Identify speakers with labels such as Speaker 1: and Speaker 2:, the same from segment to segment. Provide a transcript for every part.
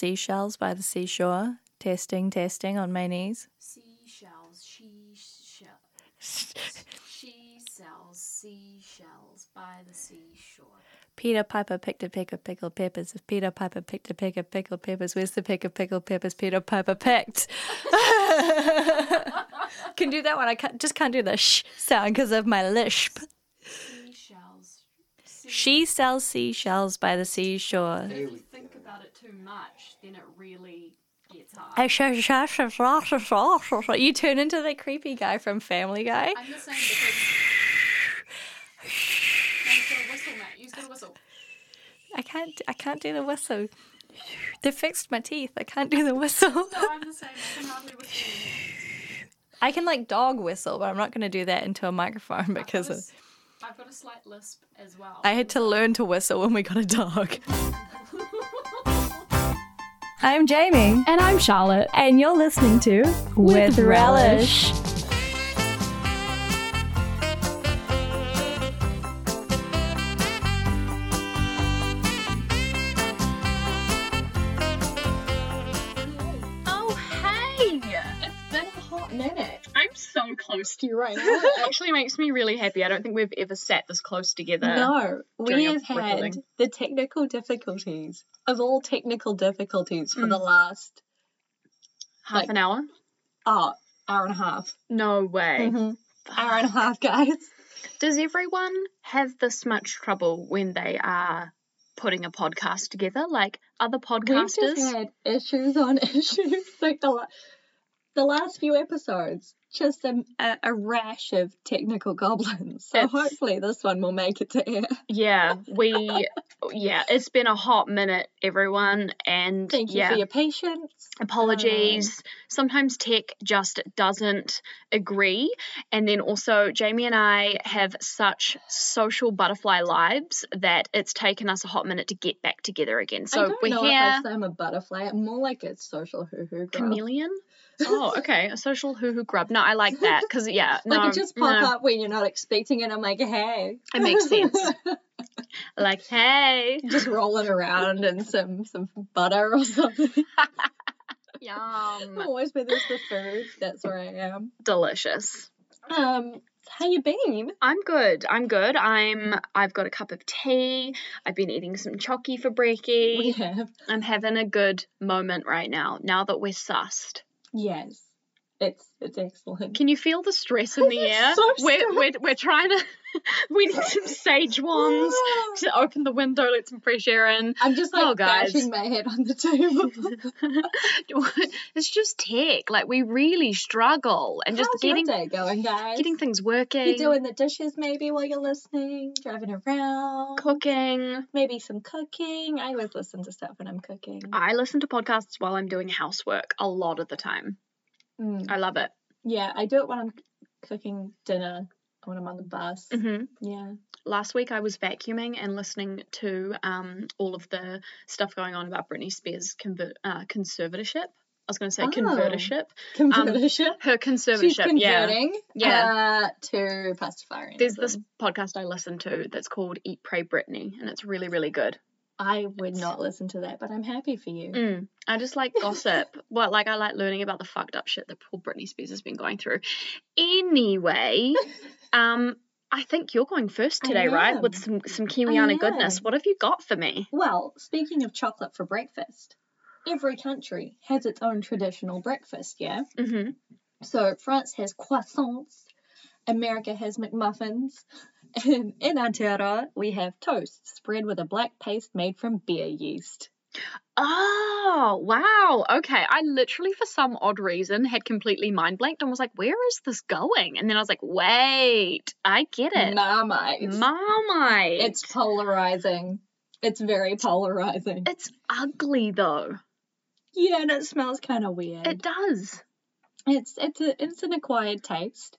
Speaker 1: seashells by the seashore. Testing, testing on my knees.
Speaker 2: Seashells, she shell. She sells seashells by the seashore.
Speaker 1: Peter Piper picked a peck of pickled peppers. If Peter Piper picked a peck of pickled peppers, where's the peck of pickled peppers Peter Piper picked? Can do that one. I can't, just can't do the sh sound because of my lisp.
Speaker 2: Seashells. See,
Speaker 1: She sells seashells by the seashore.
Speaker 2: if you think about it too much, then it really gets hard.
Speaker 1: You turn into the creepy guy from Family Guy.
Speaker 2: I'm the same because. No, you've got to whistle, mate. You've got to whistle.
Speaker 1: I can't. I can't do the whistle. They fixed my teeth. I can't do the whistle.
Speaker 2: No, I'm the same. I can hardly whistle anymore.
Speaker 1: I can like dog whistle, but I'm not going to do that into a microphone
Speaker 2: I've got
Speaker 1: because
Speaker 2: a
Speaker 1: of,
Speaker 2: s- I've got a slight lisp as well.
Speaker 1: I had to learn to whistle when we got a dog. I'm Jamie,
Speaker 3: And I'm Charlotte.
Speaker 1: and you're listening to With,
Speaker 3: Relish.
Speaker 4: Oh, hey!
Speaker 2: It's been a hot minute.
Speaker 4: I'm so close to you right now. It actually makes me really happy. I don't think we've ever sat this close together.
Speaker 2: No, we
Speaker 4: during a
Speaker 2: have had
Speaker 4: recording.
Speaker 2: the technical difficulties of all technical difficulties for the
Speaker 1: Mm.
Speaker 2: last
Speaker 4: Half
Speaker 2: Like-
Speaker 4: an hour?
Speaker 2: oh, hour and a half.
Speaker 4: No
Speaker 3: Mm-hmm.
Speaker 4: way.
Speaker 2: Mhm. Hour and a half, guys.
Speaker 4: Does everyone have this much trouble when they are putting a podcast together? Like other
Speaker 2: We've
Speaker 4: podcasters?
Speaker 2: just had issues on issues. Like the, la- the last few episodes, just a, a, a rash of technical goblins. So
Speaker 4: It's-
Speaker 2: hopefully this one will make it to air.
Speaker 4: yeah, we. Yeah, it's been a hot minute, everyone. And
Speaker 2: Thank you
Speaker 4: yeah.
Speaker 2: for your patience.
Speaker 4: apologies. Sometimes tech just doesn't agree. And then also, Jamie and I have such social butterfly lives that it's taken us a hot minute to get back together again.
Speaker 2: I
Speaker 4: So
Speaker 2: don't
Speaker 4: we're
Speaker 2: know
Speaker 4: here.
Speaker 2: if I say I'm a butterfly. I'm more like a social hoo hoo girl.
Speaker 4: Chameleon? Oh, okay. A social hoo hoo grub. No, I like that because, yeah.
Speaker 2: like
Speaker 4: no,
Speaker 2: it just pop
Speaker 4: no,
Speaker 2: up when you're not expecting it. I'm like, hey,
Speaker 4: It makes sense. Like, hey.
Speaker 2: just rolling around in some some butter or something.
Speaker 4: Yum.
Speaker 2: Always with us the food. That's where I am.
Speaker 4: Delicious.
Speaker 2: Um, how you been?
Speaker 4: I'm good. I'm good. I'm. I've got a cup of tea. I've been eating some chocky for brekkie.
Speaker 2: We have
Speaker 4: I'm having a good moment right now, now that we're sussed.
Speaker 2: yes, it's it's excellent.
Speaker 4: Can you feel the stress in the air?
Speaker 2: Oh, So
Speaker 4: we're, we're, we're trying to, we need some sage wands to open the window, let some fresh air in.
Speaker 2: I'm just like
Speaker 4: Oh, guys.
Speaker 2: bashing my head on the table.
Speaker 4: it's just tech. Like, we really struggle and just
Speaker 2: How's
Speaker 4: getting
Speaker 2: your day going, guys?
Speaker 4: getting things
Speaker 2: you
Speaker 4: working,
Speaker 2: doing the dishes maybe while you're listening, driving around,
Speaker 4: cooking.
Speaker 2: maybe some cooking. I always listen to stuff when I'm cooking.
Speaker 4: I listen to podcasts while I'm doing housework a lot of the time.
Speaker 2: Mm.
Speaker 4: I love it.
Speaker 2: Yeah, I do it when I'm cooking dinner or when I'm on the bus.
Speaker 4: hmm
Speaker 2: Yeah.
Speaker 4: last week I was vacuuming and listening to um, all of the stuff going on about Britney Spears' conver- uh, conservatorship. I was going to say
Speaker 2: Oh.
Speaker 4: convertership.
Speaker 2: Convertership.
Speaker 4: Her
Speaker 2: She's
Speaker 4: conservatorship, Um, yeah.
Speaker 2: converting
Speaker 4: Yeah.
Speaker 2: uh, to pastafarianism.
Speaker 4: There's this podcast I listen to that's called Eat, Pray, Britney, and it's really, really good.
Speaker 2: I would not listen to that, but I'm happy for you.
Speaker 4: Mm. I just like gossip. well, like I like learning about the fucked up shit that poor Britney Spears has been going through. Anyway, um, I think you're going first
Speaker 2: I
Speaker 4: today, right? With
Speaker 2: am.
Speaker 4: some some Kiwiana goodness.
Speaker 2: am.
Speaker 4: What have you got for me?
Speaker 2: Well, speaking of chocolate for breakfast, every country has its own traditional breakfast, yeah?
Speaker 4: Mm-hmm.
Speaker 2: So France has croissants, America has McMuffins, and in Aotearoa we have toast spread with a black paste made from beer yeast.
Speaker 4: Oh, wow. Okay. I literally, for some odd reason, had completely mind blanked and was like, where is this going? And then I was like, wait, I get it.
Speaker 2: Marmite.
Speaker 4: Marmite.
Speaker 2: It's polarizing. It's very polarizing.
Speaker 4: It's ugly, though.
Speaker 2: Yeah, and it smells kind of weird.
Speaker 4: It does.
Speaker 2: it's it's a, it's an acquired taste.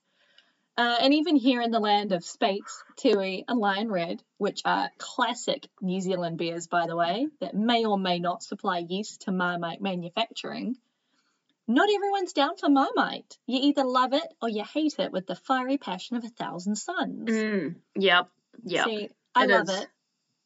Speaker 2: Uh, and even here in the land of Spates, Tiwi, and Lion Red, which are classic New Zealand beers, by the way, that may or may not supply yeast to Marmite manufacturing, not everyone's down for Marmite. You either love it or you hate it with the fiery passion of a thousand suns.
Speaker 4: Mm. Yep. Yep.
Speaker 2: See, I
Speaker 4: Mm, it
Speaker 2: love
Speaker 4: is.
Speaker 2: it.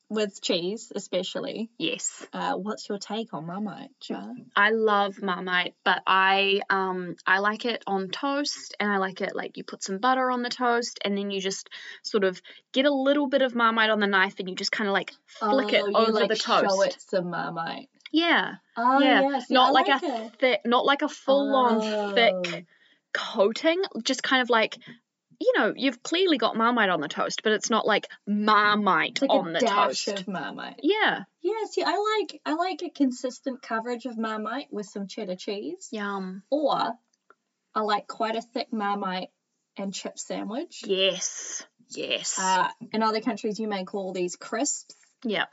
Speaker 2: with cheese, especially.
Speaker 4: Yes.
Speaker 2: Uh, what's your take on Marmite? Jar?
Speaker 4: I love Marmite, but I um I like it on toast and I like it like you put some butter on the toast and then you just sort of get a little bit of Marmite on the knife and you just kind of like flick it
Speaker 2: Oh, you,
Speaker 4: over
Speaker 2: like,
Speaker 4: the
Speaker 2: Show
Speaker 4: toast.
Speaker 2: it some Marmite.
Speaker 4: Yeah.
Speaker 2: Oh
Speaker 4: Yeah,
Speaker 2: yes,
Speaker 4: not
Speaker 2: I
Speaker 4: like,
Speaker 2: like
Speaker 4: a
Speaker 2: it.
Speaker 4: thick not like a full on
Speaker 2: Oh.
Speaker 4: thick coating, just kind of like you know, you've clearly got Marmite on the toast, but it's not like Marmite
Speaker 2: It's like
Speaker 4: on the
Speaker 2: a dash
Speaker 4: toast.
Speaker 2: of Marmite.
Speaker 4: Yeah.
Speaker 2: Yeah, see, I like I like a consistent coverage of Marmite with some cheddar cheese,
Speaker 4: Yum.
Speaker 2: or I like quite a thick Marmite and chip sandwich.
Speaker 4: Yes. Yes.
Speaker 2: Uh, in other countries, you may call these crisps,
Speaker 4: yeah.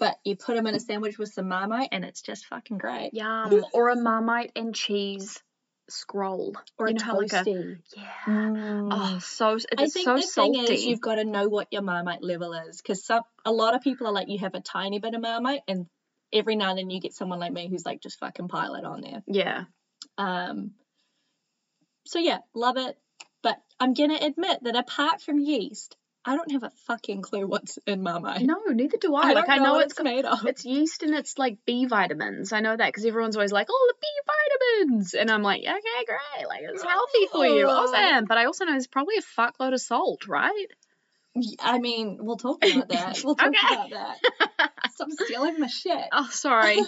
Speaker 2: but you put them in a sandwich with some Marmite, and it's just fucking great.
Speaker 4: Yum. or a Marmite and cheese scroll.
Speaker 2: Or
Speaker 4: you
Speaker 2: a
Speaker 4: know how like a
Speaker 2: toasty.
Speaker 4: yeah.
Speaker 2: Mm.
Speaker 4: Oh, so it's
Speaker 2: I think
Speaker 4: so
Speaker 2: the
Speaker 4: salty.
Speaker 2: thing is, you've got to know what your Marmite level is, because some a lot of people are like, you have a tiny bit of Marmite, and every now and then you get someone like me who's like, just fucking pile it on there.
Speaker 4: yeah.
Speaker 2: Um, so yeah, love it, but I'm gonna admit that apart from yeast, I don't have a fucking clue what's in Marmite.
Speaker 4: No, neither do I.
Speaker 2: I
Speaker 4: like
Speaker 2: don't
Speaker 4: I know
Speaker 2: what
Speaker 4: it's
Speaker 2: it's made of.
Speaker 4: it's yeast and it's like B vitamins. I know that because everyone's always like, "Oh, the B vitamins," and I'm like, "Okay, great. Like it's healthy for you, awesome." But I also know there's probably a fuckload of salt, right?
Speaker 2: I mean, we'll talk about that. We'll talk
Speaker 4: Okay.
Speaker 2: about that. Stop stealing my shit.
Speaker 4: Oh, sorry.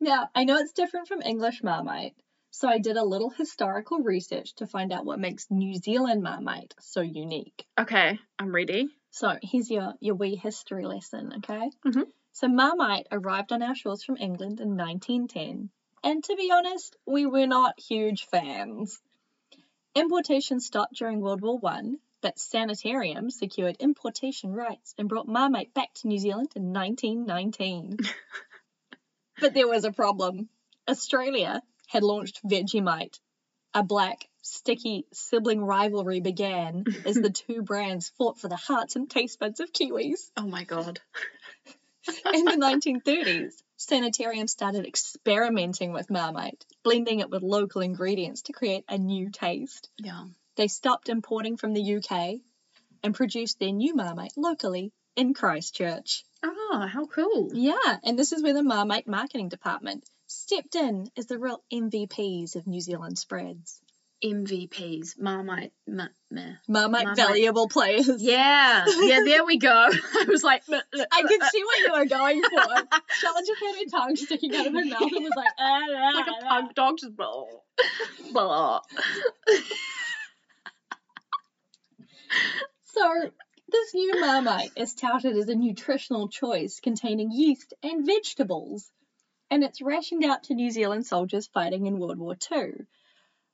Speaker 2: Yeah, I know it's different from English Marmite, so I did a little historical research to find out what makes New Zealand Marmite so unique.
Speaker 4: okay, I'm ready.
Speaker 2: So here's your your wee history lesson, okay?
Speaker 4: Mhm.
Speaker 2: So Marmite arrived on our shores from England in 1910, and to be honest, we were not huge fans. Importation stopped during World War One, but Sanitarium secured importation rights and brought Marmite back to New Zealand in 1919. but there was a problem. Australia had launched Vegemite. A black, sticky sibling rivalry began as the two brands fought for the hearts and taste buds of Kiwis.
Speaker 4: Oh my god.
Speaker 2: In the 1930s, Sanitarium started experimenting with Marmite, blending it with local ingredients to create a new taste.
Speaker 4: Yeah.
Speaker 2: They stopped importing from the UK and produced their new Marmite locally in Christchurch.
Speaker 4: Oh, how cool.
Speaker 2: Yeah, and this is where the Marmite marketing department stepped in as the real MVPs of New Zealand spreads.
Speaker 4: MVPs, Marmite, ma- meh.
Speaker 2: Marmite,
Speaker 4: Marmite.
Speaker 2: valuable players.
Speaker 4: Yeah, yeah, there we go. I was like,
Speaker 2: I could see what you were going for. Charlotte just had her tongue sticking out of her mouth and was like, ah, ah,
Speaker 4: like a
Speaker 2: ah.
Speaker 4: pug dog, just blah, blah.
Speaker 2: So, this new Marmite is touted as a nutritional choice containing yeast and vegetables, and it's rationed out to New Zealand soldiers fighting in World War II.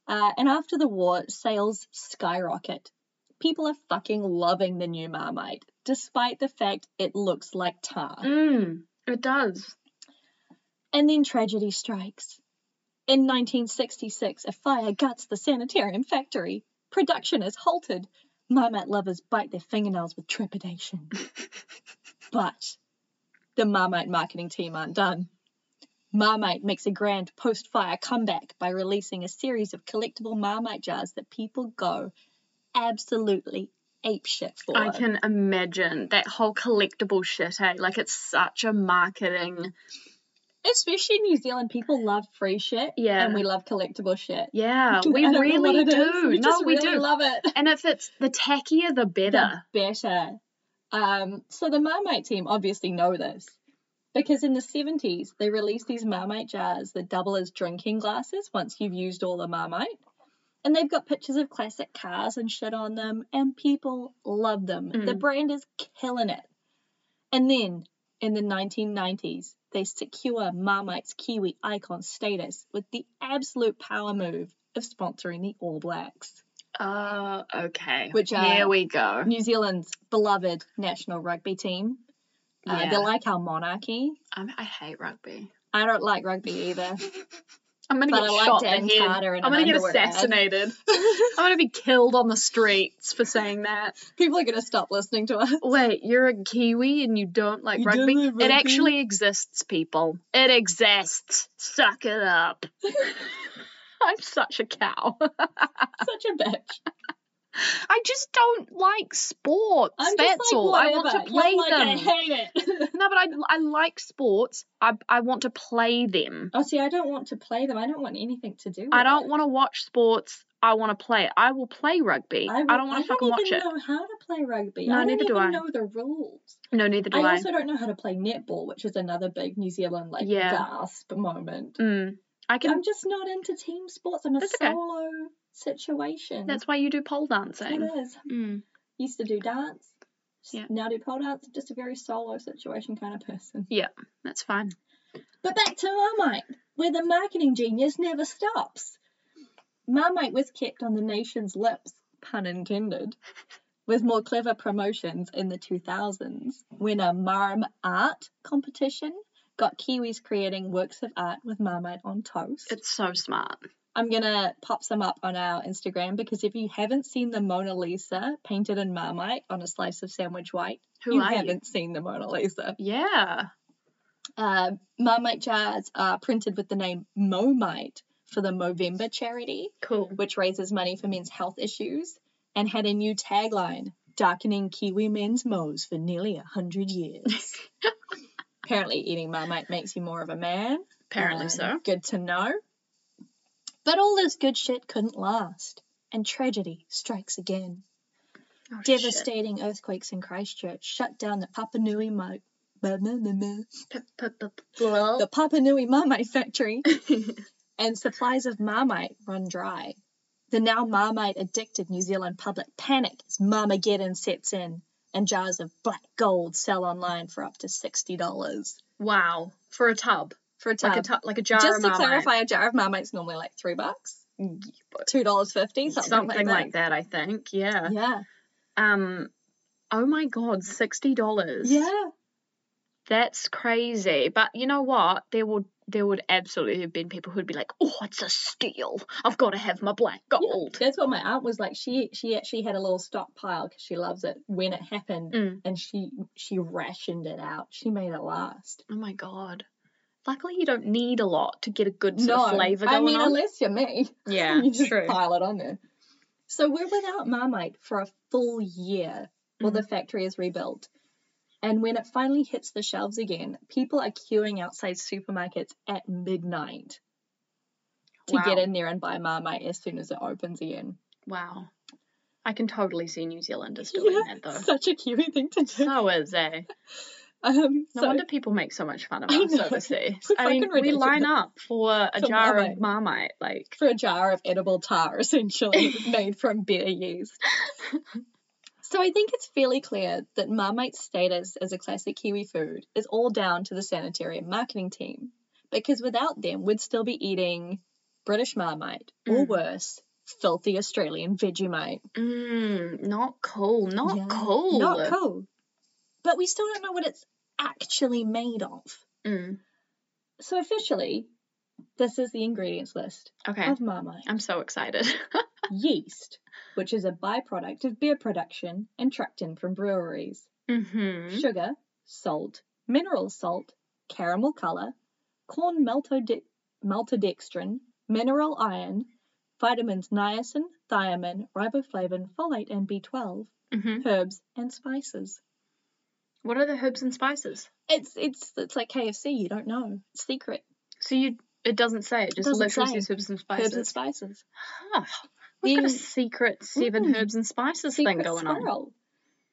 Speaker 2: Uh, and after the war, sales skyrocket. People are fucking loving the new Marmite, despite the fact it looks like tar.
Speaker 4: Mm, it does.
Speaker 2: And then tragedy strikes. In 1966, a fire guts the sanitarium factory. Production is halted. Marmite lovers bite their fingernails with trepidation. but the Marmite marketing team aren't done. Marmite makes a grand post fire comeback by releasing a series of collectible Marmite jars that people go absolutely apeshit for.
Speaker 4: I can imagine that whole collectible shit, eh? Like it's such a marketing.
Speaker 2: Especially in New Zealand, people love free shit.
Speaker 4: Yeah.
Speaker 2: And we love collectible shit.
Speaker 4: Yeah, we
Speaker 2: I don't know what
Speaker 4: really
Speaker 2: it is.
Speaker 4: do.
Speaker 2: We
Speaker 4: no,
Speaker 2: just
Speaker 4: we
Speaker 2: really
Speaker 4: do.
Speaker 2: love it.
Speaker 4: and if it's the tackier, the better.
Speaker 2: The better. Um, so the Marmite team obviously know this because in the 70s they released these Marmite jars that double as drinking glasses once you've used all the Marmite. And they've got pictures of classic cars and shit on them, and people love them. The
Speaker 4: Mm.
Speaker 2: brand is killing it. And then in the 1990s, they secure Marmite's Kiwi icon status with the absolute power move of sponsoring the All Blacks.
Speaker 4: Uh, okay.
Speaker 2: Which, uh,
Speaker 4: there we go.
Speaker 2: New Zealand's beloved national rugby team. Uh,
Speaker 4: yeah,
Speaker 2: They're like our monarchy.
Speaker 4: I'm, I hate rugby.
Speaker 2: I don't like rugby either.
Speaker 4: I'm gonna
Speaker 2: But
Speaker 4: get
Speaker 2: I like
Speaker 4: shot
Speaker 2: Dan
Speaker 4: in the head.
Speaker 2: Carter in
Speaker 4: I'm
Speaker 2: an
Speaker 4: gonna get
Speaker 2: underwear ad.
Speaker 4: assassinated. I'm gonna be killed on the streets for saying that.
Speaker 2: People are going to stop listening to us.
Speaker 4: Wait, you're a Kiwi and you don't like
Speaker 2: You don't
Speaker 4: rugby?
Speaker 2: like
Speaker 4: It
Speaker 2: rugby?
Speaker 4: actually exists, people. It exists. Suck it up. I'm such a cow.
Speaker 2: Such a bitch.
Speaker 4: I just don't like sports.
Speaker 2: I'm
Speaker 4: that's
Speaker 2: just like,
Speaker 4: all. I want to
Speaker 2: whatever.
Speaker 4: play
Speaker 2: You're like,
Speaker 4: them.
Speaker 2: I hate it.
Speaker 4: no, but I, I like sports. I, I want to play them.
Speaker 2: oh, see, I don't want to play them. I don't want anything to do with
Speaker 4: I don't
Speaker 2: it.
Speaker 4: want to watch sports. I want to play it. I will play rugby. I,
Speaker 2: w-
Speaker 4: don't want to fucking watch
Speaker 2: even
Speaker 4: it.
Speaker 2: know how to play rugby.
Speaker 4: No,
Speaker 2: I don't
Speaker 4: neither
Speaker 2: even
Speaker 4: do I.
Speaker 2: know the rules.
Speaker 4: No, neither do
Speaker 2: I
Speaker 4: I.
Speaker 2: also don't know how to play netball, which is another big New Zealand like
Speaker 4: Yeah.
Speaker 2: gasp moment.
Speaker 4: Mm. I can.
Speaker 2: I'm just not into team sports. I'm a
Speaker 4: That's okay.
Speaker 2: solo situation.
Speaker 4: That's why you do pole
Speaker 2: That's what
Speaker 4: dancing.
Speaker 2: it is.
Speaker 4: Mm.
Speaker 2: Used to do dance. s-
Speaker 4: Yeah.
Speaker 2: Now do pole dance. Just a very solo situation kind of person.
Speaker 4: That's fine.
Speaker 2: But back to Marmite, where the marketing genius never stops. Marmite was kept on the nation's lips, pun intended, with more clever promotions in the 2000s when a Marm Art competition got Kiwis creating works of art with Marmite on toast.
Speaker 4: It's so smart.
Speaker 2: I'm going to pop some up on our Instagram because if you haven't seen the Mona Lisa painted in Marmite on a slice of sandwich white,
Speaker 4: Who
Speaker 2: you
Speaker 4: are you?
Speaker 2: haven't seen the Mona Lisa.
Speaker 4: Yeah.
Speaker 2: Uh, Marmite jars are printed with the name Momite for the Movember charity,
Speaker 4: Cool.
Speaker 2: which raises money for men's health issues, and had a new tagline darkening Kiwi men's mows for nearly a 100 years. Apparently, eating Marmite makes you more of a man.
Speaker 4: Apparently
Speaker 2: Uh,
Speaker 4: so.
Speaker 2: Good to know. But all this good shit couldn't last, and tragedy strikes again.
Speaker 4: Oh, shit.
Speaker 2: Devastating earthquakes in Christchurch shut down the Papua Nui Mo- blah, blah, blah, blah. the Papua Nui Marmite factory and supplies of Marmite run dry. The now Marmite addicted New Zealand public panic as Marmageddon sets in and jars of black gold sell online for up to $60
Speaker 4: Wow. For a tub.
Speaker 2: for a tub.
Speaker 4: Like a tub, like a jar
Speaker 2: Just
Speaker 4: of
Speaker 2: to
Speaker 4: Marmite.
Speaker 2: clarify, a jar of Marmite's normally like three bucks, two dollars fifty, something,
Speaker 4: something, like
Speaker 2: like
Speaker 4: that. I think. Yeah.
Speaker 2: that. Yeah,
Speaker 4: Um. Oh my God, sixty dollars.
Speaker 2: yeah.
Speaker 4: That's crazy. But you know what? There would there would absolutely have been people who'd be like, "Oh, it's a steal! I've got to have my black
Speaker 2: Yeah,
Speaker 4: gold."
Speaker 2: that's what my aunt was like. She she actually had a little stockpile because she loves it when it happened,
Speaker 4: Mm.
Speaker 2: and she she rationed it out. She made it last.
Speaker 4: Oh my God. Luckily, you don't need a lot to get a good sort of flavor going
Speaker 2: I mean
Speaker 4: on.
Speaker 2: unless you're me,
Speaker 4: yeah,
Speaker 2: you just
Speaker 4: true.
Speaker 2: pile it on there. So we're without Marmite for a full year
Speaker 4: Mm-hmm.
Speaker 2: while the factory is rebuilt. And when it finally hits the shelves again, people are queuing outside supermarkets at midnight to
Speaker 4: wow.
Speaker 2: get in there and buy Marmite as soon as it opens again.
Speaker 4: Wow. I can totally see New Zealanders doing
Speaker 2: Yeah,
Speaker 4: that though.
Speaker 2: Such a Kiwi thing to do.
Speaker 4: So is they.
Speaker 2: Um,
Speaker 4: No
Speaker 2: so-
Speaker 4: wonder people make so much fun of
Speaker 2: I
Speaker 4: us
Speaker 2: know.
Speaker 4: overseas.
Speaker 2: We're
Speaker 4: I mean,
Speaker 2: fucking
Speaker 4: we line
Speaker 2: ridiculous.
Speaker 4: up for a
Speaker 2: For
Speaker 4: jar
Speaker 2: Marmite.
Speaker 4: of Marmite. Like,
Speaker 2: for a jar of edible tar, essentially made from beer yeast. So I think it's fairly clear that Marmite's status as a classic Kiwi food is all down to the sanitary and marketing team, because without them, we'd still be eating British Marmite, or
Speaker 4: Mm.
Speaker 2: worse, filthy Australian Vegemite.
Speaker 4: mm, not cool. Not
Speaker 2: Yeah,
Speaker 4: cool.
Speaker 2: Not cool. But we still don't know what it's actually made of.
Speaker 4: Mm,
Speaker 2: So officially, this is the ingredients list
Speaker 4: okay.
Speaker 2: of Marmite.
Speaker 4: I'm so excited.
Speaker 2: yeast, which is a byproduct of beer production and trucked in from breweries,
Speaker 4: mm-hmm.
Speaker 2: sugar, salt, mineral salt, caramel color, corn maltode- maltodextrin, mineral iron, vitamins niacin, thiamine, riboflavin, folate, and B12,
Speaker 4: Mm-hmm.
Speaker 2: herbs, and spices.
Speaker 4: What are the herbs and spices?
Speaker 2: It's it's it's like KFC. You don't know. It's secret.
Speaker 4: So you, it doesn't say. It just
Speaker 2: Doesn't
Speaker 4: literally
Speaker 2: say.
Speaker 4: says herbs and spices.
Speaker 2: Herbs and spices.
Speaker 4: Huh. We've got a
Speaker 2: The-
Speaker 4: secret seven
Speaker 2: Mm.
Speaker 4: herbs and spices thing
Speaker 2: secret
Speaker 4: going on.
Speaker 2: squirrel.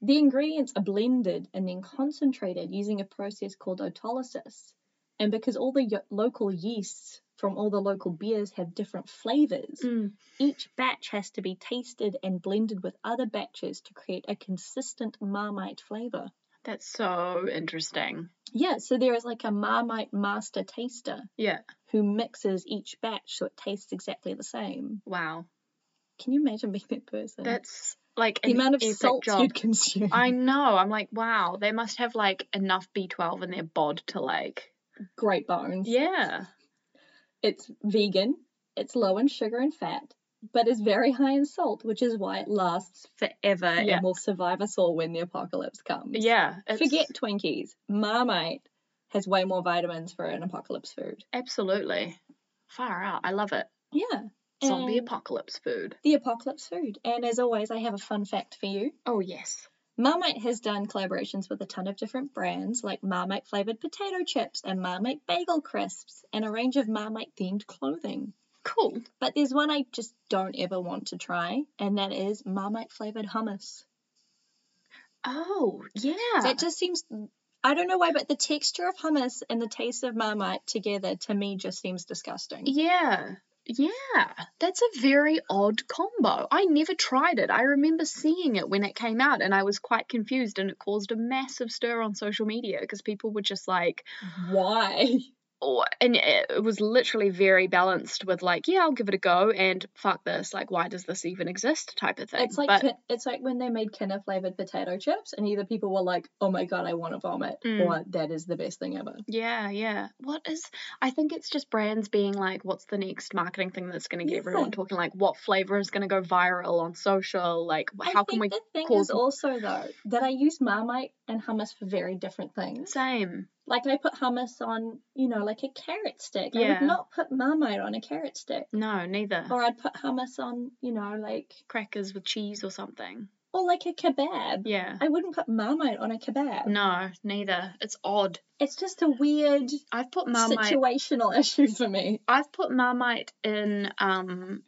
Speaker 2: The ingredients are blended and then concentrated using a process called autolysis. And because all the yo- local yeasts from all the local beers have different flavors,
Speaker 4: Mm.
Speaker 2: each batch has to be tasted and blended with other batches to create a consistent Marmite flavor.
Speaker 4: That's so interesting.
Speaker 2: Yeah, so there is like a Marmite master taster
Speaker 4: Yeah.
Speaker 2: who mixes each batch so it tastes exactly the same.
Speaker 4: Wow.
Speaker 2: Can you imagine being that person?
Speaker 4: That's like
Speaker 2: the
Speaker 4: an
Speaker 2: amount of
Speaker 4: epic
Speaker 2: salt
Speaker 4: job.
Speaker 2: you'd consume.
Speaker 4: I know. I'm like, wow. They must have like enough B12 in their bod to like.
Speaker 2: Great bones.
Speaker 4: Yeah.
Speaker 2: It's vegan, it's low in sugar and fat, but is very high in salt, which is why it lasts
Speaker 4: Forever. Yeah.
Speaker 2: and will survive us all when the apocalypse comes.
Speaker 4: Yeah. it's-
Speaker 2: Forget Twinkies. Marmite has way more vitamins for an apocalypse food.
Speaker 4: Absolutely. Far out. I love it.
Speaker 2: Yeah.
Speaker 4: Zombie
Speaker 2: And
Speaker 4: apocalypse food.
Speaker 2: The apocalypse food. And as always, I have a fun fact for you.
Speaker 4: Oh, yes.
Speaker 2: Marmite has done collaborations with a ton of different brands like Marmite flavored potato chips and Marmite bagel crisps and a range of Marmite themed clothing.
Speaker 4: Cool.
Speaker 2: But there's one I just don't ever want to try, and that is Marmite flavored hummus.
Speaker 4: Oh, yeah.
Speaker 2: That just seems I don't know why, but the texture of hummus and the taste of Marmite together to me just seems disgusting.
Speaker 4: Yeah. Yeah. That's a very odd combo. I never tried it. I remember seeing it when it came out and I was quite confused and it caused a massive stir on social media because people were just like,
Speaker 2: Why?
Speaker 4: oh, and it it was literally very balanced with like, yeah, I'll give it a go and fuck this. Like, why does this even exist type of thing.
Speaker 2: It's like
Speaker 4: But-
Speaker 2: ki- it's like when they made quinoa flavored potato chips, and either people were like, "Oh my god, I want to vomit,"
Speaker 4: Mm.
Speaker 2: or "That is the best thing ever."
Speaker 4: Yeah, yeah. What is, I think it's just brands being like, what's the next marketing thing that's going to get everyone
Speaker 2: Yeah.
Speaker 4: talking? Like, what flavor is going to go viral on social? Like, wh-
Speaker 2: I
Speaker 4: how can
Speaker 2: think
Speaker 4: we
Speaker 2: the thing
Speaker 4: cause-
Speaker 2: is also though that I use Marmite and hummus for very different things.
Speaker 4: Same.
Speaker 2: Like I put hummus on, you know, like a carrot stick. I
Speaker 4: Yeah.
Speaker 2: would not put Marmite on a carrot stick.
Speaker 4: No, neither.
Speaker 2: Or I'd put hummus on, you know, like
Speaker 4: Crackers with cheese or something.
Speaker 2: or like a kebab.
Speaker 4: Yeah.
Speaker 2: I wouldn't put Marmite on a kebab.
Speaker 4: No, neither. It's odd.
Speaker 2: It's just a weird
Speaker 4: I've put Marmite.
Speaker 2: situational issue for me.
Speaker 4: I've put Marmite in um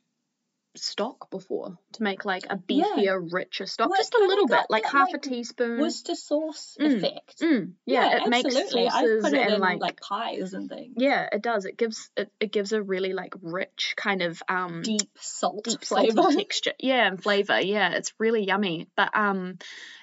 Speaker 4: stock before to make like a
Speaker 2: Yeah.
Speaker 4: beefier, richer stock,
Speaker 2: Well,
Speaker 4: just
Speaker 2: it's
Speaker 4: a
Speaker 2: kinda
Speaker 4: little bit,
Speaker 2: got
Speaker 4: like
Speaker 2: that,
Speaker 4: half
Speaker 2: like,
Speaker 4: a teaspoon.
Speaker 2: Worcester sauce
Speaker 4: Mm,
Speaker 2: effect.
Speaker 4: Mm, yeah, it makes
Speaker 2: absolutely. I've
Speaker 4: sauces
Speaker 2: put it
Speaker 4: and
Speaker 2: in
Speaker 4: like,
Speaker 2: like, pies and things.
Speaker 4: yeah, it does. It gives it, it gives a really like rich kind of um
Speaker 2: Deep salt
Speaker 4: deep salty
Speaker 2: flavor.
Speaker 4: texture. Yeah, and flavor. Yeah, it's really yummy. But um,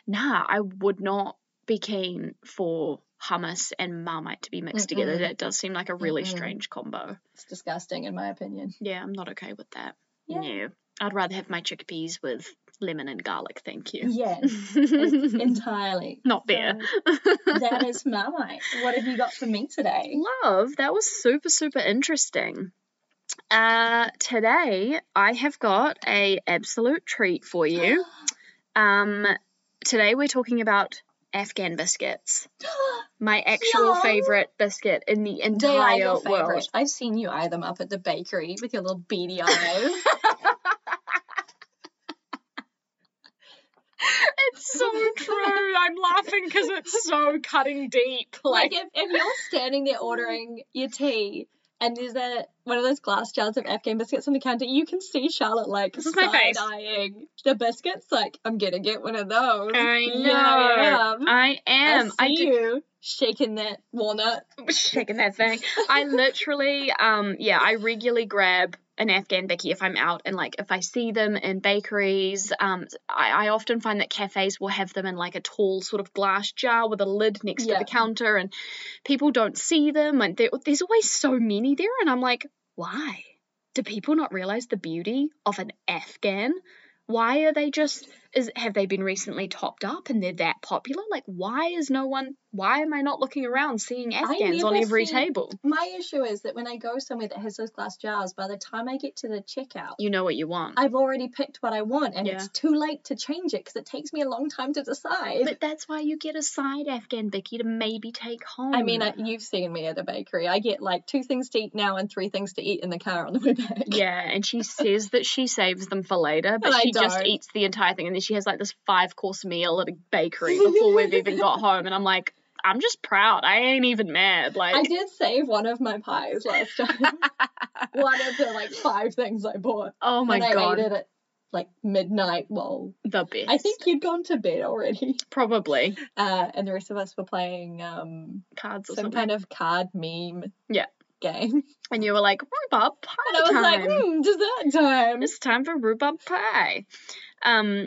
Speaker 4: nah, I would not be keen for hummus and marmite to be mixed together.
Speaker 2: Mm-mm.
Speaker 4: That does seem like a really
Speaker 2: Mm-mm.
Speaker 4: strange combo.
Speaker 2: It's disgusting in my opinion.
Speaker 4: Yeah, I'm not okay with that.
Speaker 2: Yeah.
Speaker 4: No, I'd rather have my chickpeas with lemon and garlic. Thank you.
Speaker 2: Yes. entirely.
Speaker 4: not there.
Speaker 2: So, that is Marmite. What have you got for me today?
Speaker 4: Love, that was super, super interesting. Uh, today I have got a absolute treat for you. Um, today we're talking about Afghan biscuits, my actual
Speaker 2: Yum.
Speaker 4: favorite biscuit in the
Speaker 2: They are
Speaker 4: entire
Speaker 2: your
Speaker 4: world.
Speaker 2: favorite. I've seen you eye them up at the bakery with your little beady eyes.
Speaker 4: It's so true. I'm laughing because it's so cutting deep.
Speaker 2: like if, if you're standing there ordering your tea and there's a one of those glass jars of Afghan biscuits on the counter, you can see Charlotte like
Speaker 4: This is my face.
Speaker 2: eyeing the biscuits. Like I'm gonna get one of those.
Speaker 4: I
Speaker 2: You
Speaker 4: know.
Speaker 2: I am.
Speaker 4: I am.
Speaker 2: I
Speaker 4: I
Speaker 2: see
Speaker 4: do-
Speaker 2: you shaking that walnut.
Speaker 4: shaking that thing. I literally, um, yeah, I regularly grab an Afghan bicky if I'm out and like if I see them in bakeries. Um, I, I often find that cafes will have them in like a tall sort of glass jar with a lid next
Speaker 2: Yeah.
Speaker 4: to the counter, and people don't see them, and there- there's always so many there, and I'm like, why? Do people not realize the beauty of an Afghan? Why are they just is have they been recently topped up and they're that popular? Like why is no one why am I not looking around seeing Afghans on
Speaker 2: never
Speaker 4: every
Speaker 2: see-
Speaker 4: table?
Speaker 2: My issue is that when I go somewhere that has those glass jars, by the time I get to the checkout,
Speaker 4: You know what you want.
Speaker 2: I've already picked what I want, and
Speaker 4: Yeah.
Speaker 2: it's too late to change it because it takes me a long time to decide.
Speaker 4: but that's why you get a side Afghan bicky to maybe take home.
Speaker 2: I mean, I, you've seen me at a bakery. I get like two things to eat now and three things to eat in the car on the way back.
Speaker 4: yeah, and she says that she saves them for later, but
Speaker 2: And I
Speaker 4: she just
Speaker 2: don't.
Speaker 4: eats the entire thing, and then she has like this five course meal at a bakery before we've even got home, and I'm like, I'm just proud. I ain't even mad. Like,
Speaker 2: I did save one of my pies last time. one of the like five things I bought.
Speaker 4: oh my
Speaker 2: and I
Speaker 4: god,
Speaker 2: ate it at like midnight. Well,
Speaker 4: the best.
Speaker 2: I think you'd gone to bed already.
Speaker 4: probably
Speaker 2: Uh, and the rest of us were playing um,
Speaker 4: cards or
Speaker 2: some
Speaker 4: something.
Speaker 2: kind of card meme
Speaker 4: Yeah.
Speaker 2: game.
Speaker 4: And you were like, rhubarb pie.
Speaker 2: And I was
Speaker 4: time.
Speaker 2: like, hmm, dessert time.
Speaker 4: it's time for rhubarb pie. Um,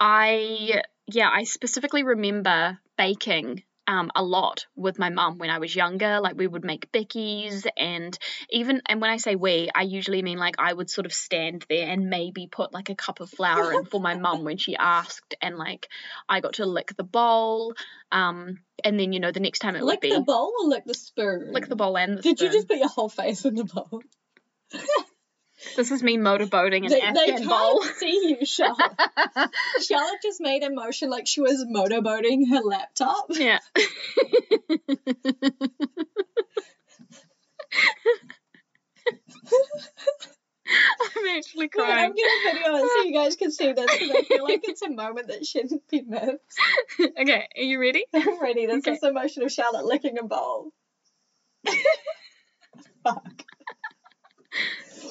Speaker 4: I yeah, I specifically remember baking um a lot with my mum when I was younger. Like we would make bickies and even and when I say we, I usually mean like I would sort of stand there and maybe put like a cup of flour in for my mum when she asked, and like I got to lick the bowl. Um, and then you know the next time it
Speaker 2: Lick
Speaker 4: would be
Speaker 2: the bowl or lick the spoon?
Speaker 4: lick the bowl and the
Speaker 2: Did you
Speaker 4: spoon.
Speaker 2: just put your whole face in the bowl?
Speaker 4: This is me motorboating an
Speaker 2: They, they
Speaker 4: Afghan
Speaker 2: can't
Speaker 4: bowl.
Speaker 2: see you, Charlotte. Charlotte just made a motion like she was motorboating her laptop.
Speaker 4: Yeah. I actually
Speaker 2: God, I'm
Speaker 4: crying.
Speaker 2: gonna video it so you guys can see this because I feel like it's a moment that shouldn't be missed.
Speaker 4: okay, are you ready?
Speaker 2: I'm ready. This
Speaker 4: Okay.
Speaker 2: is emotional Charlotte licking a bowl. Fuck.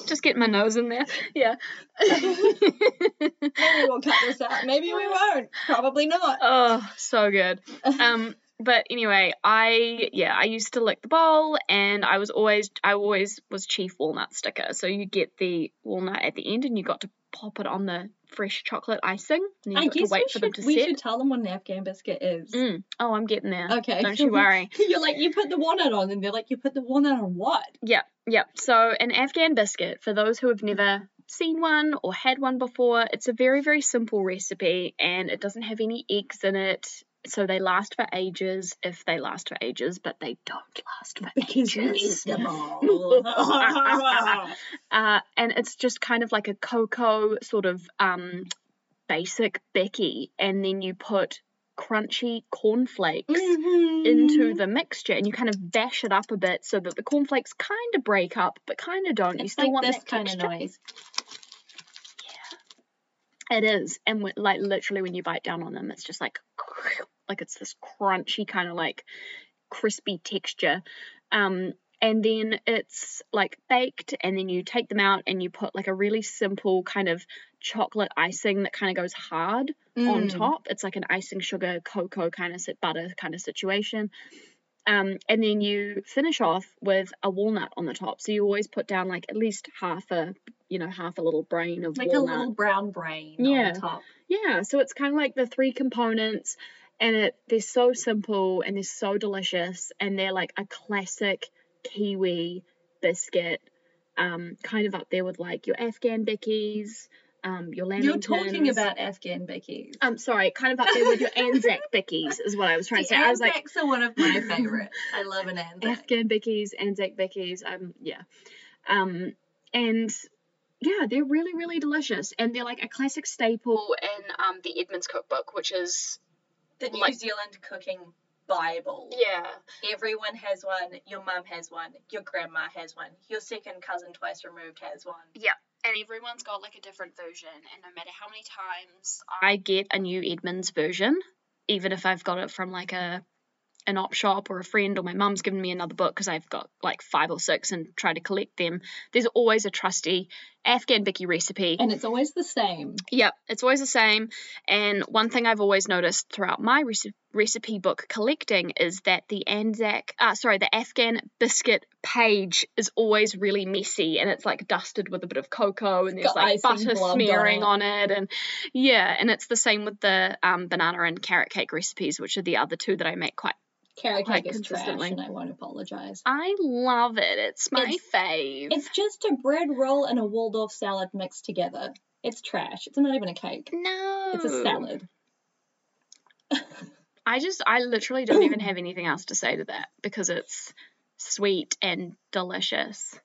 Speaker 4: Just get my nose in there. Yeah.
Speaker 2: Maybe we'll cut this out. Maybe we won't. Probably not.
Speaker 4: oh, so good. Um, but anyway, I yeah, I used to lick the bowl, and I was always I always was chief walnut sticker. So you get the walnut at the end, and you got to pop it on the fresh chocolate icing, and then
Speaker 2: I
Speaker 4: you got to
Speaker 2: guess we
Speaker 4: wait for them
Speaker 2: should,
Speaker 4: to
Speaker 2: we
Speaker 4: set.
Speaker 2: should tell them what an Afghan biscuit is.
Speaker 4: Mm. Oh, I'm getting there.
Speaker 2: Okay.
Speaker 4: Don't you worry.
Speaker 2: You're like, you put the walnut on, and they're like, you put the walnut on what?
Speaker 4: Yeah, yeah. So an Afghan biscuit, for those who have never seen one or had one before, it's a very, very simple recipe and it doesn't have any eggs in it. So they last for ages if they last for ages, but they don't last for
Speaker 2: Because you eat
Speaker 4: ages.
Speaker 2: them all.
Speaker 4: Uh, and it's just kind of like a cocoa sort of um, basic Becky, and then you put crunchy cornflakes
Speaker 2: Mm-hmm.
Speaker 4: into the mixture and you kind of bash it up a bit so that the cornflakes kind of break up but kind of don't. you
Speaker 2: It's
Speaker 4: still
Speaker 2: like
Speaker 4: want
Speaker 2: this
Speaker 4: that
Speaker 2: kind of
Speaker 4: texture.
Speaker 2: noise.
Speaker 4: It is, and when, like literally when you bite down on them, it's just like like it's this crunchy kind of like crispy texture. Um, and then it's like baked, and then you take them out and you put like a really simple kind of chocolate icing that kind of goes hard on
Speaker 2: Mm.
Speaker 4: top. It's like an icing sugar cocoa kind of sit butter kind of situation. Um, and then you finish off with a walnut on the top. So you always put down like at least half a you know half a little brain of
Speaker 2: Like
Speaker 4: walnut.
Speaker 2: a little brown brain
Speaker 4: Yeah.
Speaker 2: on the top.
Speaker 4: Yeah, so it's kind of like the three components, and it they're so simple and they're so delicious, and they're like a classic Kiwi biscuit, um, kind of up there with like your Afghan bickies, um, your Lamingtons.
Speaker 2: You're talking about Afghan bickies.
Speaker 4: I'm sorry, kind of up there with your Anzac bickies is what I was trying to
Speaker 2: The
Speaker 4: say. I was like
Speaker 2: Anzacs are one of my favorites. I love an Anzac.
Speaker 4: Afghan bickies, Anzac bickies. Um, yeah, um, and yeah, they're really, really delicious, and they're like a classic staple in um, the Edmonds cookbook, which is
Speaker 2: the New
Speaker 4: Like-
Speaker 2: Zealand cooking Bible.
Speaker 4: yeah.
Speaker 2: Everyone has one. Your mum has one. Your grandma has one. Your second cousin twice removed has one.
Speaker 4: and everyone's got like a different version and no matter how many times i get a new edmonds version even if i've got it from like a an op shop or a friend or my mum's given me another book because i've got like five or six and try to collect them there's always a trusty afghan bicky recipe
Speaker 2: And it's always the same.
Speaker 4: Yep, it's always the same. And one thing I've always noticed throughout my reci- recipe book collecting is that the Anzac, uh, sorry, the Afghan biscuit page is always really messy and it's like dusted with a bit of cocoa and there's
Speaker 2: Got
Speaker 4: like
Speaker 2: icing
Speaker 4: butter
Speaker 2: blobbed on
Speaker 4: smearing
Speaker 2: it.
Speaker 4: on it. And yeah, and it's the same with the um, banana and carrot cake recipes, which are the other two that I make quite.
Speaker 2: Carrot
Speaker 4: Quite
Speaker 2: cake is trash,
Speaker 4: consistently.
Speaker 2: and I won't apologize.
Speaker 4: I love it. It's my
Speaker 2: It's-
Speaker 4: fave.
Speaker 2: It's just a bread roll and a Waldorf salad mixed together. It's trash. It's not even a cake.
Speaker 4: no.
Speaker 2: It's a salad.
Speaker 4: I just, I literally don't even have anything else to say to that because it's sweet and delicious.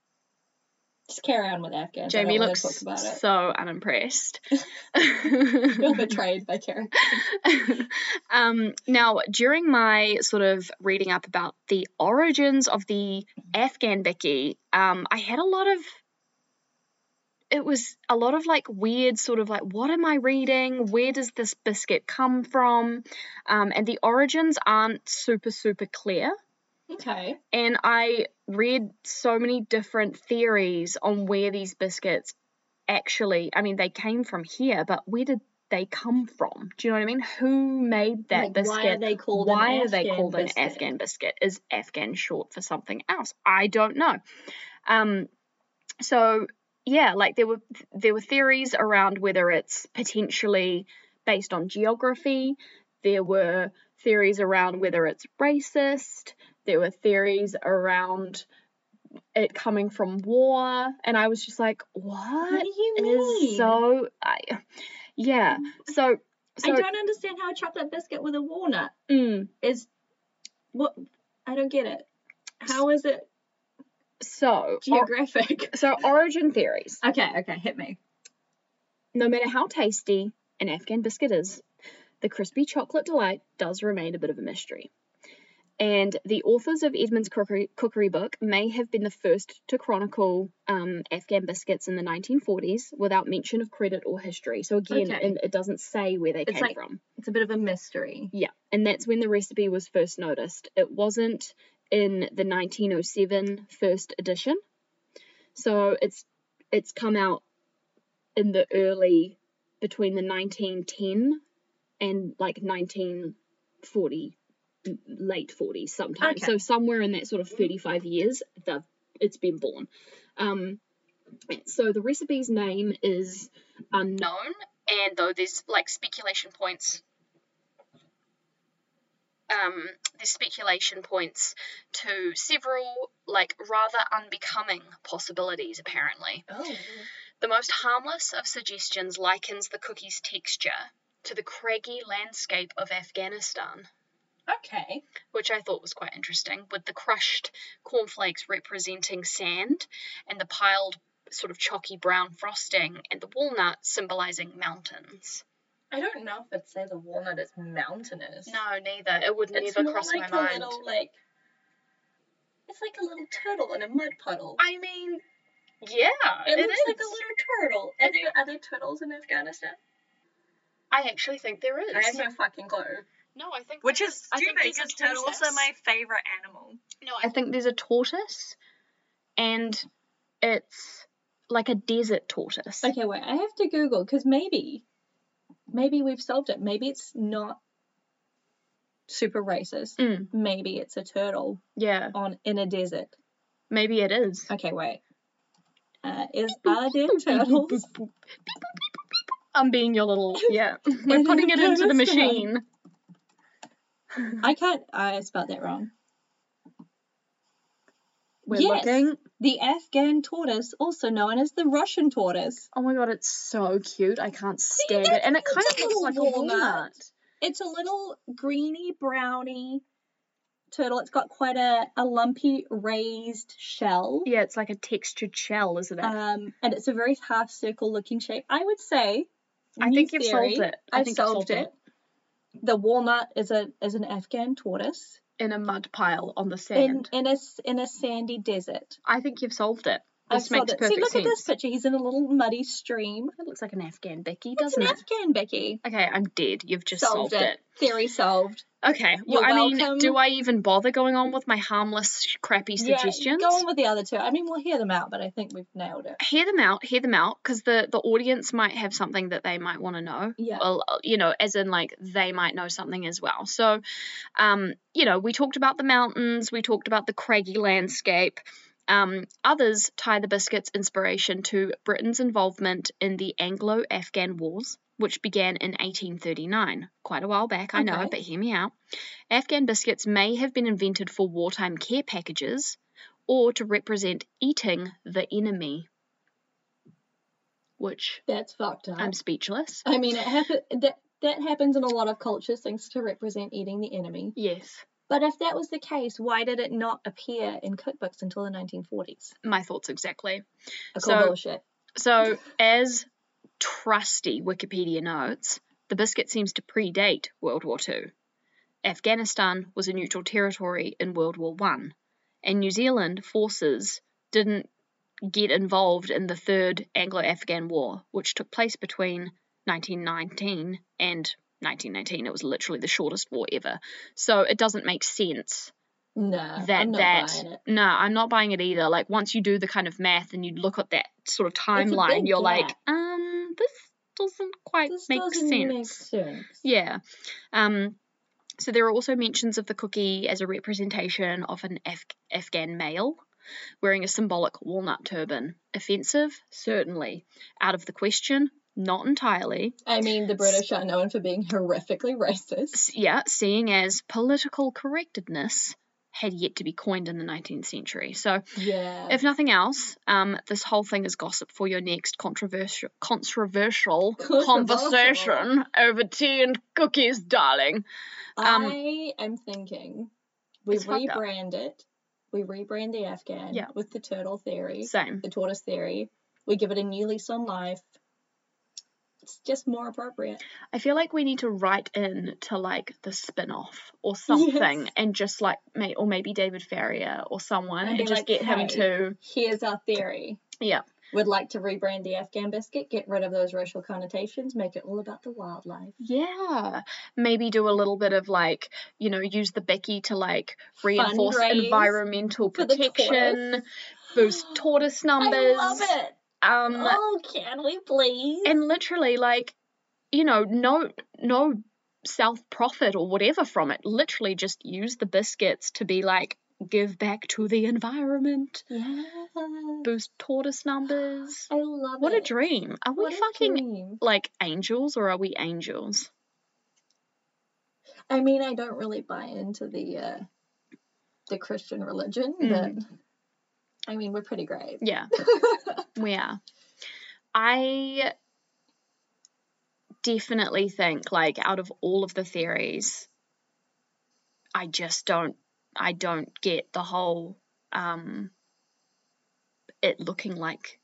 Speaker 2: Just carry on with Afghan.
Speaker 4: Jamie
Speaker 2: I don't wanna
Speaker 4: looks
Speaker 2: talk about it.
Speaker 4: so unimpressed.
Speaker 2: Feel betrayed by carrot.
Speaker 4: um, now, during my sort of reading up about the origins of the Afghan Biki, um, I had a lot of. It was a lot of like weird, sort of like, what am I reading? Where does this biscuit come from? Um, and the origins aren't super, super clear.
Speaker 2: Okay.
Speaker 4: and I read so many different theories on where these biscuits actually I mean they came from here, but where did they come from? Do you know what I mean? Who made that
Speaker 2: Like,
Speaker 4: biscuit?
Speaker 2: Why are they called? an
Speaker 4: Why are they
Speaker 2: Afghan
Speaker 4: called
Speaker 2: biscuit?
Speaker 4: an Afghan biscuit? Is Afghan short for something else? I don't know. Um, so yeah, like there were there were theories around whether it's potentially based on geography. There were theories around whether it's racist. There were theories around it coming from war, and I was just like,
Speaker 2: What
Speaker 4: what
Speaker 2: do you mean? Mm.
Speaker 4: is so? I, yeah, so so
Speaker 2: I don't understand how a chocolate biscuit with a walnut
Speaker 4: mm.
Speaker 2: is what I don't get it. How is it
Speaker 4: So, or-
Speaker 2: geographic?
Speaker 4: so origin theories.
Speaker 2: okay, okay, hit me.
Speaker 4: No matter how tasty an Afghan biscuit is, the crispy chocolate delight does remain a bit of a mystery. And the authors of Edmund's cookery, cookery book may have been the first to chronicle um, Afghan biscuits in the 1940s without mention of credit or history. So again,
Speaker 2: Okay.
Speaker 4: and it doesn't say where they
Speaker 2: It's
Speaker 4: came
Speaker 2: like-
Speaker 4: from.
Speaker 2: It's a bit of a mystery.
Speaker 4: Yeah, and that's when the recipe was first noticed. It wasn't in the 1907 first edition, so it's it's come out in the early between the 1910 and like 1940, m- late 40s sometime.
Speaker 2: Okay.
Speaker 4: So somewhere in that sort of 35 years, the it's been born. Um, so the recipe's name is unknown, and though there's like speculation points um, there's speculation points to several like rather unbecoming possibilities apparently
Speaker 2: Oh.
Speaker 4: the most harmless of suggestions likens the cookie's texture to the craggy landscape of afghanistan
Speaker 2: Okay.
Speaker 4: which i thought was quite interesting with the crushed cornflakes representing sand and the piled sort of chalky brown frosting and the walnut symbolizing mountains
Speaker 2: I don't know if I'd say the walnut is mountainous.
Speaker 4: no neither it would
Speaker 2: it's
Speaker 4: never
Speaker 2: more
Speaker 4: cross
Speaker 2: like
Speaker 4: my
Speaker 2: a
Speaker 4: mind
Speaker 2: little like. It's like a little turtle in a mud puddle.
Speaker 4: i mean yeah
Speaker 2: it,
Speaker 4: it
Speaker 2: looks like a
Speaker 4: is.
Speaker 2: little turtle. Are there other turtles in Afghanistan?
Speaker 4: I actually think there is.
Speaker 2: I have no fucking clue.
Speaker 4: no, I think
Speaker 5: Which
Speaker 4: there
Speaker 5: is
Speaker 4: I
Speaker 5: stupid
Speaker 4: think there's a
Speaker 5: because turtles are
Speaker 4: tortoise.
Speaker 5: my favorite animal.
Speaker 4: no. I think there's a tortoise, and it's like a desert tortoise.
Speaker 2: Okay, wait. I have to Google because maybe, maybe we've solved it. Maybe it's not super racist.
Speaker 4: Mm.
Speaker 2: Maybe it's a turtle
Speaker 4: Yeah,
Speaker 2: on in a desert.
Speaker 4: maybe it is.
Speaker 2: Okay, wait. Uh, is are there turtles?
Speaker 4: I'm being your little yeah. We're
Speaker 2: It
Speaker 4: putting
Speaker 2: is
Speaker 4: it into the
Speaker 2: Afghanistan.
Speaker 4: machine.
Speaker 2: I can't. I spelled that wrong.
Speaker 4: We're
Speaker 2: Yes.
Speaker 4: looking.
Speaker 2: The Afghan tortoise, also known as the Russian tortoise.
Speaker 4: Oh my god, it's so cute. I can't stand it,
Speaker 2: that's
Speaker 4: and it
Speaker 2: a
Speaker 4: kind of looks
Speaker 2: little
Speaker 4: like a
Speaker 2: walnut.
Speaker 4: walnut.
Speaker 2: It's a little greeny browny turtle. It's got quite a, a lumpy raised shell.
Speaker 4: Yeah, it's like a textured shell, isn't it?
Speaker 2: Um, and it's a very half circle looking shape. I would say.
Speaker 4: I
Speaker 2: new
Speaker 4: think you've solved
Speaker 2: theory,
Speaker 4: it. I
Speaker 2: I've
Speaker 4: think you've
Speaker 2: solved
Speaker 4: solved
Speaker 2: it. The walnut is a is an Afghan tortoise
Speaker 4: In a mud pile on the
Speaker 2: in,
Speaker 4: sand.
Speaker 2: in a s- in a sandy desert.
Speaker 4: I think you've solved it. This
Speaker 2: I've
Speaker 4: makes
Speaker 2: solved it.
Speaker 4: perfect
Speaker 2: See, look
Speaker 4: sense.
Speaker 2: at this picture. He's in a little muddy stream.
Speaker 4: It looks like an Afghan Becky,
Speaker 2: It's
Speaker 4: doesn't
Speaker 2: an
Speaker 4: it?
Speaker 2: Afghan Becky.
Speaker 4: Okay, I'm dead. You've just solved,
Speaker 2: Solved,
Speaker 4: it.
Speaker 2: it. Theory solved.
Speaker 4: Okay. Well,
Speaker 2: You're
Speaker 4: I mean,
Speaker 2: welcome.
Speaker 4: do I even bother going on with my harmless, sh- crappy suggestions?
Speaker 2: Yeah, go on with the other two. I mean, we'll hear them out, but I think we've nailed it.
Speaker 4: Hear them out. Hear them out, because the the audience might have something that they might want to know.
Speaker 2: Yeah.
Speaker 4: Well, uh, you know, as in like they might know something as well. So, um, you know, we talked about the mountains. We talked about the craggy landscape. Um, others tie the biscuits' inspiration to Britain's involvement in the Anglo-Afghan Wars, which began in 1839. Quite a while back, I know,
Speaker 2: Okay.
Speaker 4: but hear me out. Afghan biscuits may have been invented for wartime care packages or to represent eating the enemy. Which
Speaker 2: That's fucked up.
Speaker 4: I'm speechless.
Speaker 2: I mean, it happen- that that happens in a lot of cultures. Things to represent eating the enemy.
Speaker 4: Yes.
Speaker 2: But if that was the case, why did it not appear in cookbooks until the 1940s?
Speaker 4: My thoughts exactly.
Speaker 2: I call
Speaker 4: So-
Speaker 2: bullshit.
Speaker 4: So, as trusty Wikipedia notes, the biscuit seems to predate World War II. Afghanistan was a neutral territory in World War I, and New Zealand forces didn't get involved in the Third Anglo Afghan War, which took place between 1919 and 1919. It was literally the shortest war ever. So, it doesn't make sense
Speaker 2: No,
Speaker 4: that
Speaker 2: I'm not
Speaker 4: that
Speaker 2: buying it.
Speaker 4: no i'm not buying it either like once you do the kind of math and you look at that sort of
Speaker 2: a big
Speaker 4: timeline you're like
Speaker 2: gap.
Speaker 4: um this doesn't quite
Speaker 2: This
Speaker 4: make
Speaker 2: doesn't
Speaker 4: sense
Speaker 2: make sense.
Speaker 4: yeah um so there are also mentions of the cookie as a representation of an Af- afghan male wearing a symbolic walnut turban offensive certainly out of the question not entirely
Speaker 2: I mean, the British are known for being horrifically racist.
Speaker 4: s- yeah, seeing as political correctedness had yet to be coined in the 19th century. So,
Speaker 2: Yeah.
Speaker 4: if nothing else, um, this whole thing is gossip for your next controversial controversial
Speaker 2: Controversial.
Speaker 4: conversation over tea and cookies, darling. um,
Speaker 2: I am thinking we
Speaker 4: it's fucked up.
Speaker 2: rebrand it. We rebrand the Afghan
Speaker 4: Yeah.
Speaker 2: with the turtle theory,
Speaker 4: Same.
Speaker 2: the tortoise theory. We give it a new lease on life. It's just more appropriate.
Speaker 4: I feel like we need to write in to like the spin off or something
Speaker 2: Yes.
Speaker 4: and just like, may, or maybe David Ferrier or someone
Speaker 2: And
Speaker 4: and,
Speaker 2: be
Speaker 4: just
Speaker 2: like,
Speaker 4: get him
Speaker 2: "Hey."
Speaker 4: to.
Speaker 2: Here's our theory.
Speaker 4: Yeah.
Speaker 2: Would like to rebrand the Afghan biscuit, get rid of those racial connotations, make it all about the wildlife.
Speaker 4: Yeah. Maybe do a little bit of like, you know, use the Becky to like reinforce
Speaker 2: Fundraise
Speaker 4: environmental
Speaker 2: for the
Speaker 4: protection,
Speaker 2: tortoise.
Speaker 4: boost tortoise numbers.
Speaker 2: I love it.
Speaker 4: Um,
Speaker 2: oh, can we please?
Speaker 4: and literally like you know no no self profit or whatever from it literally just use the biscuits to be like give back to the environment
Speaker 2: yeah.
Speaker 4: boost tortoise numbers
Speaker 2: I love
Speaker 4: what
Speaker 2: it.
Speaker 4: a dream are we
Speaker 2: What a
Speaker 4: fucking
Speaker 2: dream.
Speaker 4: like angels or are we angels
Speaker 2: I mean, I don't really buy into the uh, the Christian religion,
Speaker 4: Mm.
Speaker 2: but I mean, we're pretty great.
Speaker 4: yeah we are i definitely think like out of all of the theories i just don't i don't get the whole um it looking like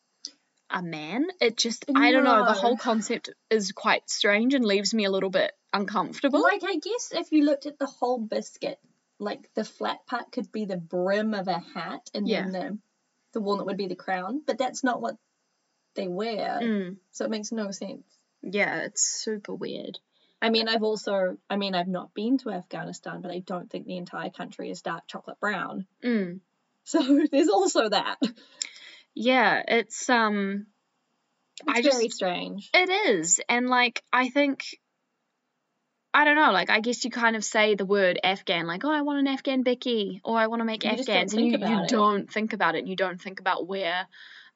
Speaker 4: a man it just i don't know the
Speaker 2: No.
Speaker 4: whole concept is quite strange and leaves me a little bit uncomfortable
Speaker 2: like, I guess if you looked at the whole biscuit, like the flat part could be the brim of a hat, and
Speaker 4: Yeah.
Speaker 2: then the the walnut would be the crown, but that's not what they wear,
Speaker 4: Mm,
Speaker 2: so it makes no sense.
Speaker 4: yeah it's super weird
Speaker 2: I mean, I've also, I mean, I've not been to Afghanistan, but I don't think the entire country is dark chocolate brown.
Speaker 4: mm.
Speaker 2: So there's also that. It's
Speaker 4: yeah it's um I just-
Speaker 2: very strange.
Speaker 4: It is. And like I think I don't know, like I guess you kind of say the word Afghan, like, oh I want an Afghan Becky or I want to make
Speaker 2: You just don't
Speaker 4: Afghans and
Speaker 2: think
Speaker 4: you, you
Speaker 2: about it.
Speaker 4: don't think about it and you don't think about where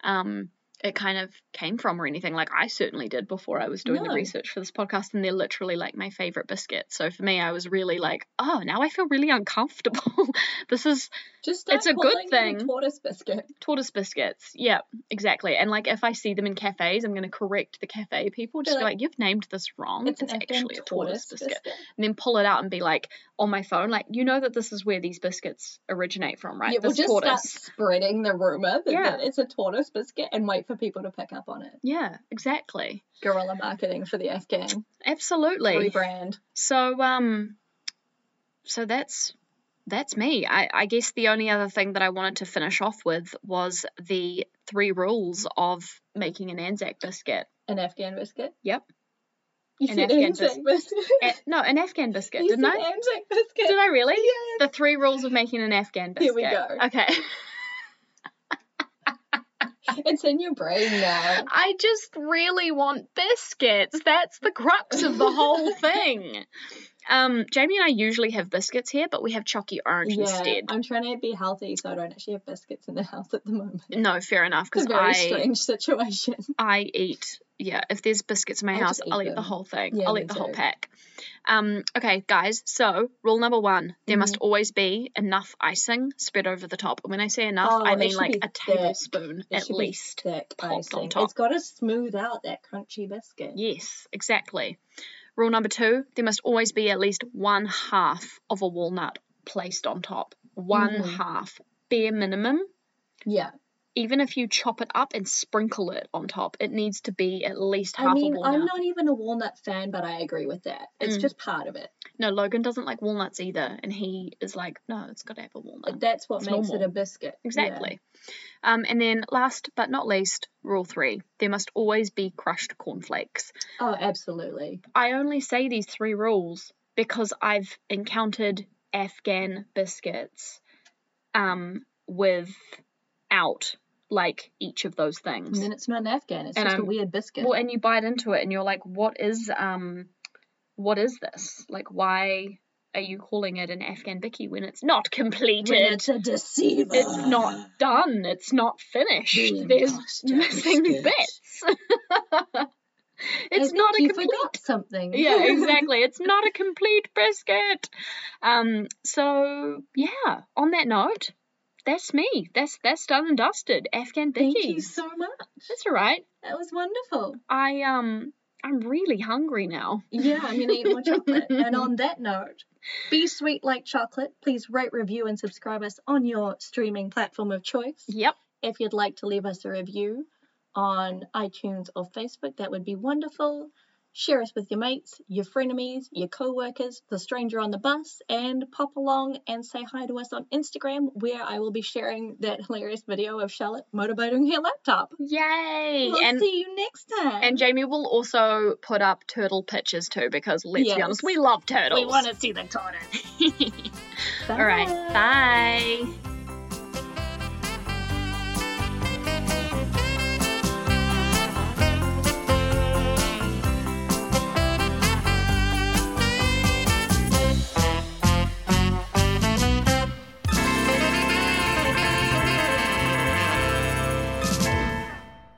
Speaker 4: um it kind of came from or anything. Like I certainly did before I was doing
Speaker 2: No.
Speaker 4: the research for this podcast and they're literally like my favorite biscuit. So for me I was really like, oh now I feel really uncomfortable. this is
Speaker 2: Just start
Speaker 4: It's a good
Speaker 2: calling them
Speaker 4: thing.
Speaker 2: Tortoise biscuit.
Speaker 4: tortoise biscuits. Yeah, exactly. And like if I see them in cafes, I'm gonna correct the cafe people. Just
Speaker 2: Be
Speaker 4: be
Speaker 2: like,
Speaker 4: like, you've named this wrong. Mm, It's,
Speaker 2: It's, an
Speaker 4: actually a tortoise, biscuit. And then pull it out and be like on my phone, like you know that this is where these biscuits originate from, right?
Speaker 2: Yeah, we'll
Speaker 4: this
Speaker 2: just
Speaker 4: tortoise.
Speaker 2: start spreading the rumor that,
Speaker 4: Yeah.
Speaker 2: that it's a tortoise biscuit and wait for people to pick up on it.
Speaker 4: Yeah, exactly.
Speaker 2: Guerrilla marketing for the Afghan
Speaker 4: Absolutely.
Speaker 2: rebrand.
Speaker 4: So um so that's that's me. I, I guess the only other thing that I wanted to finish off with was the three rules of making an Anzac biscuit.
Speaker 2: An Afghan biscuit.
Speaker 4: Yep.
Speaker 2: You
Speaker 4: An
Speaker 2: said
Speaker 4: Afghan
Speaker 2: Anzac biscuit.
Speaker 4: A- no, an Afghan biscuit,
Speaker 2: You
Speaker 4: didn't
Speaker 2: said
Speaker 4: I?
Speaker 2: Anzac biscuit.
Speaker 4: Did I really? The
Speaker 2: Yes.
Speaker 4: three rules of making an Afghan
Speaker 2: Here
Speaker 4: biscuit.
Speaker 2: we go.
Speaker 4: Okay.
Speaker 2: It's in your brain now.
Speaker 4: I just really want biscuits. That's the crux of the whole thing. Um, Jamie and I usually have biscuits here, but we have chalky orange instead.
Speaker 2: I'm trying to be healthy, so I don't actually have biscuits in the house at the moment.
Speaker 4: No, fair enough, because
Speaker 2: It's a very
Speaker 4: I
Speaker 2: strange situation.
Speaker 4: I eat yeah, if there's biscuits in my
Speaker 2: I
Speaker 4: house,
Speaker 2: just eat
Speaker 4: I'll eat the
Speaker 2: them.
Speaker 4: whole thing.
Speaker 2: Yeah,
Speaker 4: I'll
Speaker 2: me
Speaker 4: eat the whole
Speaker 2: too.
Speaker 4: pack. Um, okay, guys, so rule number one, there must
Speaker 2: Mm-hmm.
Speaker 4: always be enough icing spread over the top. And when I say enough,
Speaker 2: Oh,
Speaker 4: I
Speaker 2: it
Speaker 4: mean
Speaker 2: should
Speaker 4: like
Speaker 2: be
Speaker 4: a
Speaker 2: thick.
Speaker 4: tablespoon
Speaker 2: It
Speaker 4: at
Speaker 2: should be
Speaker 4: least.
Speaker 2: thick
Speaker 4: popped on
Speaker 2: icing.
Speaker 4: top.
Speaker 2: It's got to smooth out that crunchy biscuit.
Speaker 4: Yes, exactly. Rule number two there must always be at least one half of a walnut placed on top. One
Speaker 2: Mhm.
Speaker 4: half, bare minimum.
Speaker 2: Yeah.
Speaker 4: Even if you chop it up and sprinkle it on top, it needs to be at least half
Speaker 2: I mean,
Speaker 4: a walnut.
Speaker 2: I'm not even a walnut fan, but I agree with that. It's
Speaker 4: Mm.
Speaker 2: just part of it.
Speaker 4: No, Logan doesn't like walnuts either, and he is like, no, it's got to have a
Speaker 2: Like,
Speaker 4: walnut.
Speaker 2: that's what
Speaker 4: It's
Speaker 2: makes it
Speaker 4: normal.
Speaker 2: a biscuit. Yeah.
Speaker 4: Exactly. Um, and then last but not least, rule three there must always be crushed cornflakes.
Speaker 2: Oh, absolutely.
Speaker 4: I only say these three rules because I've encountered Afghan biscuits um, without like each of those
Speaker 2: And
Speaker 4: things.
Speaker 2: then it's not an Afghan. It's
Speaker 4: And
Speaker 2: just a
Speaker 4: I'm-
Speaker 2: weird biscuit.
Speaker 4: Well, and you bite into it and you're like, what is um, what is this? Like, why are you calling it an Afghan bicky when it's not completed?
Speaker 2: When it's a deceiver.
Speaker 4: it's not done. It's not finished.
Speaker 2: The
Speaker 4: There's
Speaker 2: imposter
Speaker 4: missing
Speaker 2: biscuit.
Speaker 4: bits.
Speaker 2: I
Speaker 4: it's
Speaker 2: think
Speaker 4: not a
Speaker 2: you
Speaker 4: complete
Speaker 2: forgot something.
Speaker 4: yeah, exactly. It's not a complete brisket. Um, so yeah, on that note, that's me. That's that's done and dusted. Afghan
Speaker 2: Thank you
Speaker 4: bickies.
Speaker 2: so much.
Speaker 4: That's all right.
Speaker 2: That was wonderful.
Speaker 4: I um I'm really hungry now.
Speaker 2: Yeah, I'm gonna eat more chocolate. And on that note, be sweet like chocolate. Please rate, review, and subscribe us on your streaming platform of choice.
Speaker 4: Yep.
Speaker 2: If you'd like to leave us a review, on iTunes or Facebook, that would be wonderful. Share us with your mates, your frenemies, your co workers, the stranger on the bus, and pop along and say hi to us on Instagram, where I will be sharing that hilarious video of Charlotte motorboating her laptop.
Speaker 4: Yay!
Speaker 2: We'll
Speaker 4: and
Speaker 2: see you next time.
Speaker 4: and Jamie will also put up turtle pictures too, because let's
Speaker 2: Yes.
Speaker 4: be honest, we love turtles.
Speaker 2: we want to see the tortoise.
Speaker 4: All right, bye.